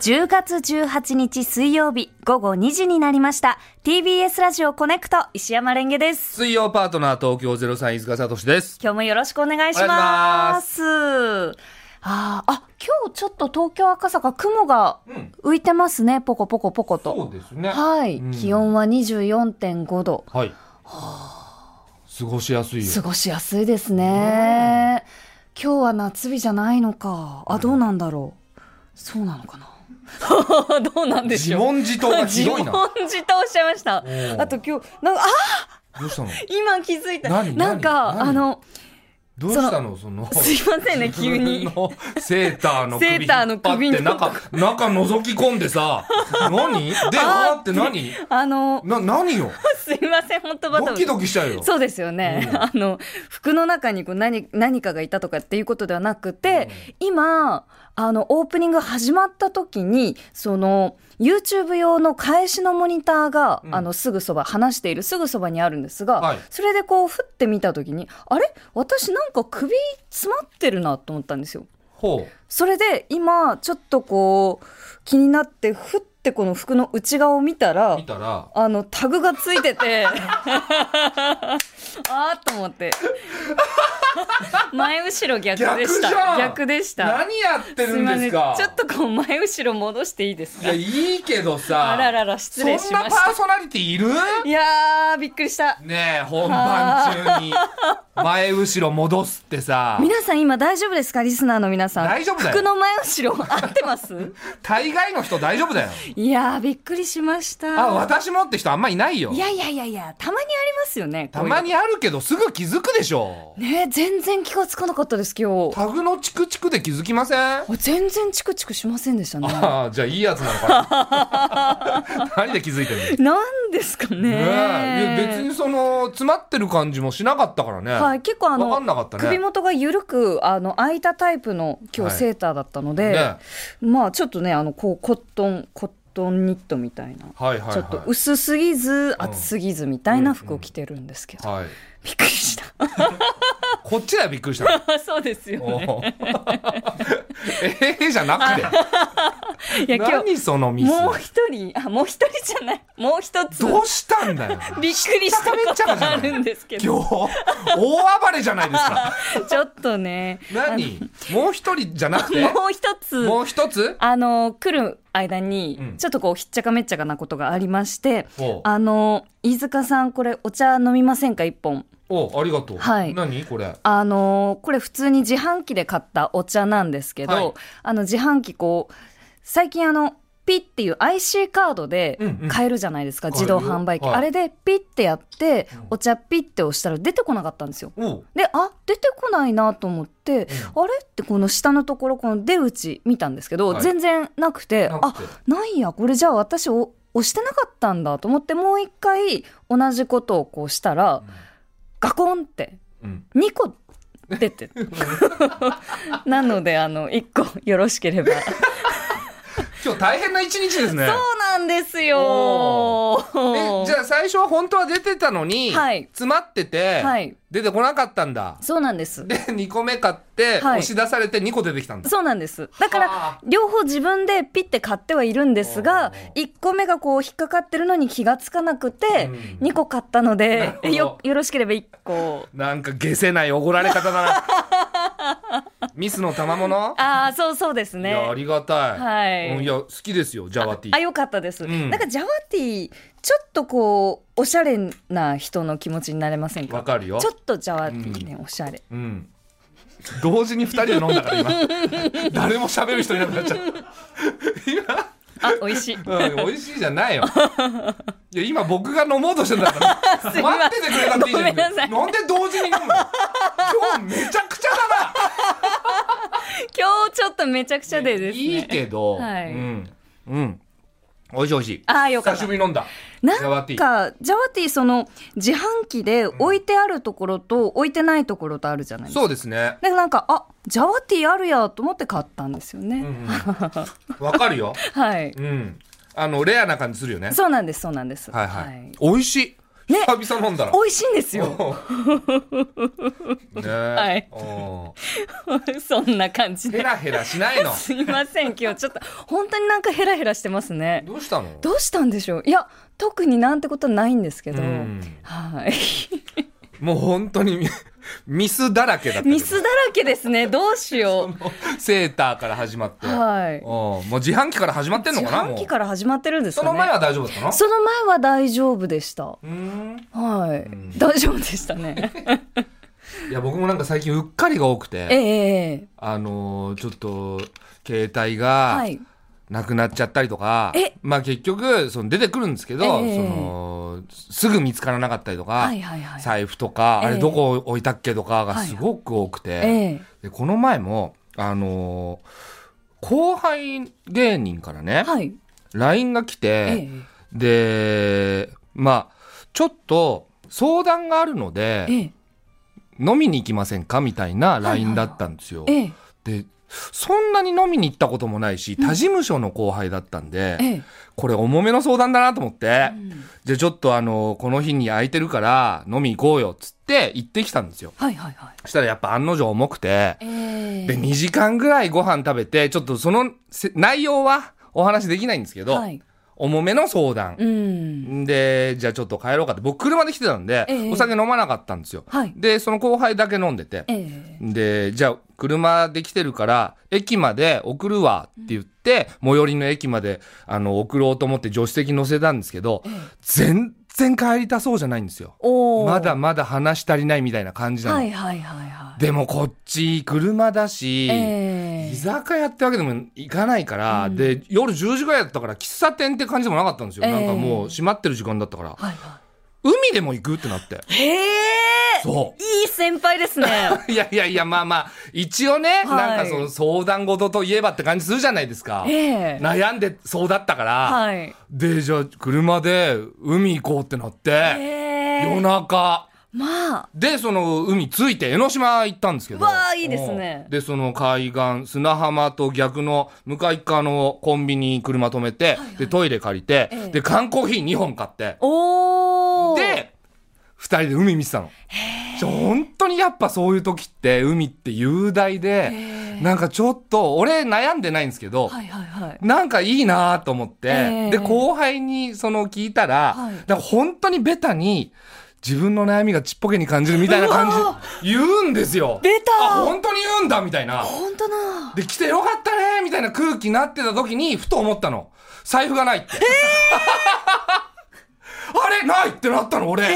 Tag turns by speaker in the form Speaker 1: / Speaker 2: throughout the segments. Speaker 1: 10月18日水曜日午後2時になりました TBS ラジオコネクト石山レンゲです
Speaker 2: 水曜パートナー東京03飯塚聡です。
Speaker 1: 今日もよろしくお願いし
Speaker 2: お願いし
Speaker 1: ま
Speaker 2: ます
Speaker 1: あーあ今日ちょっと東京赤坂雲が
Speaker 2: うん。
Speaker 1: 浮いてますねポコポコポコと
Speaker 2: そうですね。
Speaker 1: はい、
Speaker 2: うん
Speaker 1: 気温は24.5度
Speaker 2: はい。過ごしやすいよ
Speaker 1: 過。ごしやすいですね今日は夏日じゃないのかあどうなんだろうそうなのかなどうなんでし
Speaker 2: 自
Speaker 1: ょう
Speaker 2: 問自答がひどいな。
Speaker 1: 自問自答おっしゃいました
Speaker 2: おー
Speaker 1: あと今日なんかあ
Speaker 2: どうしたの
Speaker 1: 今気づいた
Speaker 2: 何
Speaker 1: なんか
Speaker 2: 何
Speaker 1: あの
Speaker 2: どうしたのその。
Speaker 1: すいません ね急に
Speaker 2: 自分のセーターの首
Speaker 1: セーターの首
Speaker 2: 引っ
Speaker 1: の
Speaker 2: 張って中、中覗き込ん でさ、何で、あーって何
Speaker 1: あの
Speaker 2: な、何よ
Speaker 1: すいません本当バタバ
Speaker 2: ド
Speaker 1: タ
Speaker 2: キドキしたよ。
Speaker 1: そうですよね、
Speaker 2: うん
Speaker 1: あの服の中にこう何何かがいたとかっていうことではなくて、今あのオープニング始まった時にその YouTube 用の返しのモニターが、
Speaker 2: うん
Speaker 1: あのすぐそば話しているすぐそばにあるんですが、
Speaker 2: はい
Speaker 1: それでこう振ってみた時にあれ私なんか首詰まってるなと思ったんですよ。
Speaker 2: ほ
Speaker 1: それで今ちょっとこう気になってふってこの服の内側を見た
Speaker 2: う。
Speaker 1: ら
Speaker 2: 見たら、
Speaker 1: あの、タグがついて て、あーっと思って。前後ろ逆でした。
Speaker 2: 逆じゃん
Speaker 1: でした。
Speaker 2: 何やってる
Speaker 1: す
Speaker 2: んです
Speaker 1: いま
Speaker 2: か
Speaker 1: せん。ちょっとこう、前後ろ戻していいです
Speaker 2: い
Speaker 1: か
Speaker 2: や、いいけどさ。
Speaker 1: あららら、失礼し
Speaker 2: そん
Speaker 1: ま
Speaker 2: な
Speaker 1: し
Speaker 2: パ
Speaker 1: た
Speaker 2: ー。ソナリティいる
Speaker 1: いやー、びっくりした。
Speaker 2: ねえ本番中に前後ろ戻すってさ
Speaker 1: 皆さん今大丈夫ですかリスナーの皆さん。
Speaker 2: 大丈夫だよ
Speaker 1: 服の前後ろ合ってます
Speaker 2: 大概の人大丈夫だよ
Speaker 1: いやー、びっくりしました。
Speaker 2: あ私もって人あんまいないよ
Speaker 1: いやいやいやいや、たまにありますよね。こ
Speaker 2: た
Speaker 1: ういうの
Speaker 2: ま。にあるけどすぐ気づくでしょ
Speaker 1: ね全然気がつかなかったです、今日。
Speaker 2: タグのチクチクで気づきませんあ
Speaker 1: あ全然チクチクしませんでしたね。
Speaker 2: あじゃあいいやつなのか な何で気づいてるの
Speaker 1: なんですかね。
Speaker 2: ねえいや別にその詰まってる感じもしなかったからね、
Speaker 1: はい、結構あ
Speaker 2: 分か
Speaker 1: の、
Speaker 2: んなかったね
Speaker 1: 首元が緩く、あの、開いたタイプの今日
Speaker 2: はい
Speaker 1: セーターだったので、
Speaker 2: ね
Speaker 1: まあちょっとね、あの、こう、コットン、コットンニットみたいな。
Speaker 2: はいはいはい
Speaker 1: ちょっと薄すぎず、厚すぎずみたいな服を着てるんですけど、
Speaker 2: はい、
Speaker 1: びっくり した。
Speaker 2: こっちだよびっく りしたの
Speaker 1: そうですよね。
Speaker 2: おう ええじゃなくて
Speaker 1: いや、今日、
Speaker 2: 何そのミス
Speaker 1: もう一人、あ、もう一人じゃない、もう一つ、
Speaker 2: どうしたんだよ
Speaker 1: びっくりしたこと
Speaker 2: めっちゃめっちゃじゃ
Speaker 1: があ
Speaker 2: ない
Speaker 1: るんですけど、
Speaker 2: 今日大暴れじゃないですか
Speaker 1: ちょっとね、
Speaker 2: 何もう一人じゃなくて
Speaker 1: もう一つ、
Speaker 2: もう一つ
Speaker 1: あの来る間に
Speaker 2: うん
Speaker 1: ちょっとこうひっちゃかめっちゃかなことがありまして、
Speaker 2: おう
Speaker 1: あの飯塚さんこれお茶飲みませんか一本
Speaker 2: おうありがとう、
Speaker 1: はい
Speaker 2: 何これ
Speaker 1: あのこれ普通に自販機で買ったお茶なんですけど、
Speaker 2: はい
Speaker 1: あの自販機こう最近あのピッっていう IC カードで
Speaker 2: うんうん
Speaker 1: 買えるじゃないですか、
Speaker 2: 買え
Speaker 1: 自
Speaker 2: るよ
Speaker 1: 動販売機、
Speaker 2: はい
Speaker 1: あれでピッてやって
Speaker 2: うん
Speaker 1: お茶ピッて押したら出てこなかったんですよ
Speaker 2: おう
Speaker 1: であ出てこないなと思って、あれってこの下のところこの出口見たんですけど、
Speaker 2: はい
Speaker 1: 全然なくて
Speaker 2: な
Speaker 1: あ
Speaker 2: くて
Speaker 1: ないやこれじゃあ私を押してなかったんだと思ってもう一回同じことをこうしたらガコンって
Speaker 2: うん
Speaker 1: 2個出 てなのであの1個よろしけ ればそ
Speaker 2: 今日大変な一日ですね
Speaker 1: うなんですよ
Speaker 2: えじゃあ最初は本当は出てたのに、
Speaker 1: はい
Speaker 2: 詰まってて、
Speaker 1: はい
Speaker 2: 出てこなかったんだ
Speaker 1: そうなんです
Speaker 2: で2個目買って、
Speaker 1: はい
Speaker 2: 押し出されて2個出てきたんだ
Speaker 1: そうなんですだから
Speaker 2: はあ
Speaker 1: 両方自分でピッて買ってはいるんですが
Speaker 2: お
Speaker 1: 1個目がこう引っかかってるのに気がつかなくて
Speaker 2: うん
Speaker 1: 2個買ったの
Speaker 2: な
Speaker 1: で
Speaker 2: るほど
Speaker 1: よよろしければ1個
Speaker 2: なんか下せないおごられ 方だなミスの賜物
Speaker 1: ああそうそうです
Speaker 2: いやあ
Speaker 1: ね
Speaker 2: りがたい、
Speaker 1: はい
Speaker 2: うんいや好きですよジャワティ
Speaker 1: あ、よかったです。
Speaker 2: うん
Speaker 1: なんかジャワティ、ちょっとこう、おしゃれな人の気持ちになれませんか
Speaker 2: わかるよ
Speaker 1: ちょっとジャワティね、おしゃれ。
Speaker 2: うん、同時に2人で飲んだから 今誰も喋る人いなくなっちゃう
Speaker 1: あ、美味しい。
Speaker 2: うん、美味しいじゃないよいや今僕が飲もうとしてんだか ら
Speaker 1: いません
Speaker 2: 待っててくれたっていいじゃ
Speaker 1: ご
Speaker 2: ん
Speaker 1: めんなさい
Speaker 2: んで同時に飲むの今日めちゃくちゃだな
Speaker 1: 今日ちょっとめちゃくちゃでですね。
Speaker 2: いいけど、
Speaker 1: はい
Speaker 2: うんうん美味しい美味しい
Speaker 1: あーよかった
Speaker 2: 久しぶりに飲んだ
Speaker 1: なん
Speaker 2: ジャワティ
Speaker 1: か、ジャワティ、その、自販機で置いてあるところと、置いてないところとあるじゃないですか。
Speaker 2: そうですね
Speaker 1: で、なんか、あ、ジャワティあるやと思って買ったんですよ
Speaker 2: うん
Speaker 1: ね。
Speaker 2: うんわ、かるよ
Speaker 1: はい。
Speaker 2: うんあのレアな感じするよね
Speaker 1: そうなんです、そうなんです。
Speaker 2: はいはい、美味しい
Speaker 1: ね
Speaker 2: 久々飲んだら。
Speaker 1: 美味しいんですよ。
Speaker 2: ねえ。
Speaker 1: はい
Speaker 2: う ん。
Speaker 1: そんな感じ
Speaker 2: ヘ
Speaker 1: で。
Speaker 2: ラヘラしないの。
Speaker 1: すいません、今日ちょっと、本当になんかヘラヘラしてますね。
Speaker 2: どうしたの
Speaker 1: どうしたんでしょういや、特になんてことないんですけど。
Speaker 2: うん
Speaker 1: はい。
Speaker 2: もう本当にミスだらけだったけど。
Speaker 1: ミスだらけですね。どうしよ
Speaker 2: セーターから始まっ
Speaker 1: う。
Speaker 2: て。
Speaker 1: はい
Speaker 2: うん。もう自販機から始まってんの
Speaker 1: 自
Speaker 2: かな
Speaker 1: 販
Speaker 2: も
Speaker 1: 機
Speaker 2: う。
Speaker 1: から始まってるんです
Speaker 2: そ
Speaker 1: かね。
Speaker 2: の前は大丈夫だったの
Speaker 1: その前は大丈夫でした。
Speaker 2: うーん。
Speaker 1: はい。
Speaker 2: ん
Speaker 1: 大丈夫でしたね。
Speaker 2: いや、僕もなんか最近うっかりが多く
Speaker 1: え
Speaker 2: て、
Speaker 1: えええ
Speaker 2: あのー、ちょっと、携帯
Speaker 1: は
Speaker 2: が、
Speaker 1: い。
Speaker 2: なくなっちゃったりとか
Speaker 1: え、
Speaker 2: まあ結局、その出てくるんですけど、
Speaker 1: ええ
Speaker 2: その、すぐ見つからなかったりとか、
Speaker 1: はいはいはい。
Speaker 2: 財布とか、
Speaker 1: ええ
Speaker 2: あれどこ置いたっけとかがすごく多くて、
Speaker 1: ええ
Speaker 2: でこの前も、あのー後輩芸人からね、
Speaker 1: はい。
Speaker 2: LINE が来て
Speaker 1: え、
Speaker 2: で、まあ、ちょっと相談があるので
Speaker 1: え、ええ
Speaker 2: 飲みに行きませんかみたいな
Speaker 1: はいはい
Speaker 2: LINE だったんですよ。
Speaker 1: ええ
Speaker 2: で、そんなに飲みに行ったこともないし、他事務所の後輩だったんで、
Speaker 1: ええ
Speaker 2: これ重めの相談だなと思って、
Speaker 1: うん
Speaker 2: じゃあちょっとあの、この日に空いてるから飲み行こうよっつって行ってきたんですよ。
Speaker 1: はいはいはい。
Speaker 2: そしたらやっぱ案の定重くて、
Speaker 1: ええ
Speaker 2: で、2時間ぐらいご飯食べて、ちょっとそのせ内容はお話できないんですけど、
Speaker 1: はい。
Speaker 2: 重めの相談
Speaker 1: う。ん。
Speaker 2: で、じゃあちょっと帰ろうかって、僕車で来てたんで、
Speaker 1: ええ
Speaker 2: お酒飲まなかったんですよ。
Speaker 1: はい。
Speaker 2: で、その後輩だけ飲んでて、
Speaker 1: ええ
Speaker 2: で、じゃあ、車で来てるから、駅まで送るわって言って、最寄りの駅まで、あの、送ろうと思って助手席乗せたんですけど、全然帰りたそうじゃないんですよ。
Speaker 1: おー
Speaker 2: まだまだ話し足りないみたいな感じなの。
Speaker 1: はいはいはいはい。
Speaker 2: でもこっち、車だし、
Speaker 1: ええ
Speaker 2: 居酒屋ってわけでもいかないから、で、夜10時ぐらいだったから、喫茶店って感じでもなかったんですよ。
Speaker 1: ええ
Speaker 2: なんかもう閉まってる時間だったから、
Speaker 1: はいは
Speaker 2: 海でも行くってなって。
Speaker 1: い。へえ
Speaker 2: そう。
Speaker 1: いい先輩ですね。
Speaker 2: いやいやいや、まあまあ、一応
Speaker 1: は
Speaker 2: ね、
Speaker 1: い
Speaker 2: なんかその相談事といえばって感じするじゃないですか。
Speaker 1: ええ
Speaker 2: 悩んでそうだったから、
Speaker 1: はい。
Speaker 2: で、じゃあ車で海行こうってなって、
Speaker 1: え
Speaker 2: 夜
Speaker 1: え
Speaker 2: 中。
Speaker 1: まあ。
Speaker 2: で、その海着いて江ノ島行ったんですけど。
Speaker 1: わあいいですね
Speaker 2: うんで、その海岸、砂浜と逆の向かい側のコンビニに車止めて、で、トイレ借りて、
Speaker 1: ええ
Speaker 2: で、缶コーヒー2本買って、
Speaker 1: おお。
Speaker 2: で、二人で海見てたの。ちょ本当にやっぱそういう時って海って雄大で、なんかちょっと、俺悩んでないんですけど、
Speaker 1: はいはいはい。
Speaker 2: なんかいいなと思って、
Speaker 1: ええ
Speaker 2: で、後輩にその聞いたら、
Speaker 1: はい
Speaker 2: だから本当にベタに、自分の悩みがちっぽけに感じるみたいな感
Speaker 1: うわ
Speaker 2: じ、言うんですよ。
Speaker 1: ベタ
Speaker 2: あ、本当に言うんだみたいな。
Speaker 1: 本当だ。
Speaker 2: で、来てよかったねみたいな空気になってた時に、ふと思ったの。財布がないって。 あれないってなったの、俺。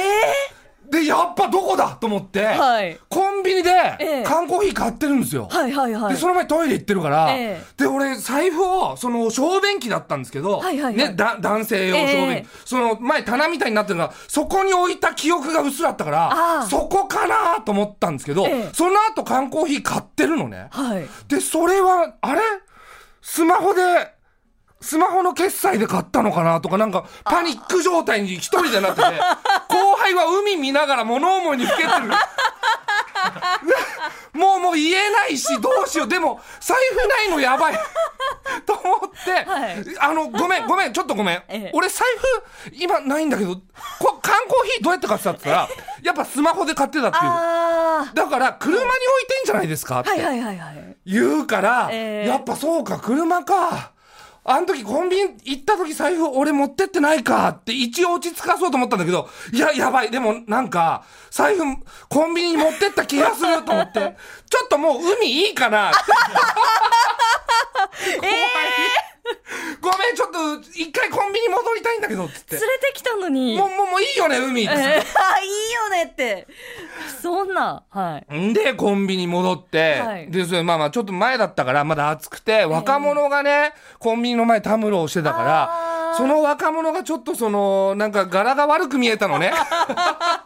Speaker 2: で、やっぱどこだと思って、
Speaker 1: はい
Speaker 2: コンビ
Speaker 1: え
Speaker 2: ニ
Speaker 1: え
Speaker 2: で缶コーヒー買ってるんですよ。
Speaker 1: はいはいはい
Speaker 2: で、。その前トイレ行ってるから、
Speaker 1: ええ
Speaker 2: で、俺、財布を、その、小便器だったんですけど、
Speaker 1: はいはいはい
Speaker 2: ね、だ男性用小便器、
Speaker 1: ええ
Speaker 2: その、前棚みたいになってるのが、そこに置いた記憶が薄だったか
Speaker 1: あ
Speaker 2: ら
Speaker 1: あ、
Speaker 2: そこかなと思ったんですけど、
Speaker 1: ええ
Speaker 2: その後缶コーヒー買ってるのね。
Speaker 1: はい。
Speaker 2: で、それは、あれスマホで、スマホの決済で買ったのかなとか、なんか、パニック状態に一人でなってて、 後輩は海見ながら物思いにふけてる。 もうもう言えないし、どうしよう。でも、財布ないのやばい。 と思って、
Speaker 1: はい
Speaker 2: あの、ごめん、ごめん、ちょっとごめん。
Speaker 1: ええ
Speaker 2: 俺財布、今ないんだけど、こ缶コーヒーどうやって買ってたって言ったら、やっぱスマホで買ってたっていう。
Speaker 1: あ
Speaker 2: だから、車に置いてんじゃないですかっ
Speaker 1: あ。
Speaker 2: て。
Speaker 1: はいはいはいはい。
Speaker 2: 言うから、
Speaker 1: えー
Speaker 2: やっぱそうか、車か。あの時コンビニ行った時財布俺持ってってないかって一応落ち着かそうと思ったんだけど、いや、やばい。でもなんか、財布コンビニに持ってった気がすると 思って、ちょっともう海いいかなって。後輩にごめん、ちょっと一回コンビニ戻りたいんだけど、つって
Speaker 1: 連れ。てきたのに。
Speaker 2: もう、もう、もういいよね、海っ
Speaker 1: え
Speaker 2: て。
Speaker 1: えあいいよねって。そんな。はい。
Speaker 2: んで、コンビニ戻って、
Speaker 1: はい
Speaker 2: で、それ、まあまあ、ちょっと前だったから、まだ暑くて、若者がね、コンビニの前たむろをしてたから
Speaker 1: あ、ー
Speaker 2: その若者がちょっとその、なんか柄が悪く見えたのね。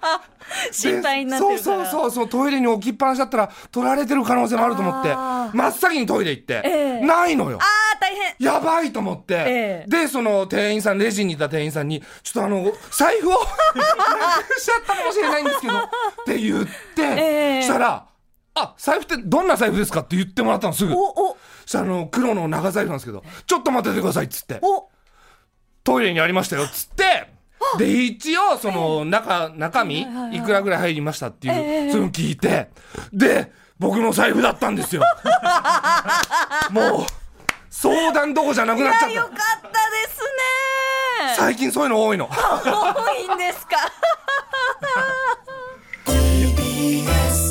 Speaker 1: 心配になってるから。
Speaker 2: そうそうそうそう、トイレに置きっぱなしだったら、取られてる可能性もあると思って、
Speaker 1: あー
Speaker 2: 真っ先にトイレ行って、
Speaker 1: ええ
Speaker 2: ないのよ。
Speaker 1: ああ、大変。
Speaker 2: やばいと思って、
Speaker 1: ええ
Speaker 2: で、その店員さん、レジにいた店員さんに、ちょっとあの、財布を なくしちゃったかもしれないんですけど、って言って、
Speaker 1: ええ
Speaker 2: したら、あ、財布ってどんな財布ですかって言ってもらったの、すぐ。
Speaker 1: お、お、
Speaker 2: したらあの、黒の長財布なんですけど、ちょっと待っててください、っつって。
Speaker 1: お。
Speaker 2: トイレにありましたよ、っつって、で、一応、その、中、中身、いくらぐらい入りましたっていう、それを聞いて、で、僕の財布だったんですよ。もう、相談どこじゃなく
Speaker 1: い
Speaker 2: なっ
Speaker 1: や、
Speaker 2: ち
Speaker 1: よ
Speaker 2: ゃっ
Speaker 1: かったです
Speaker 2: た。
Speaker 1: ね。
Speaker 2: 最近そういうの多いの。
Speaker 1: 多いんですか。
Speaker 3: TBS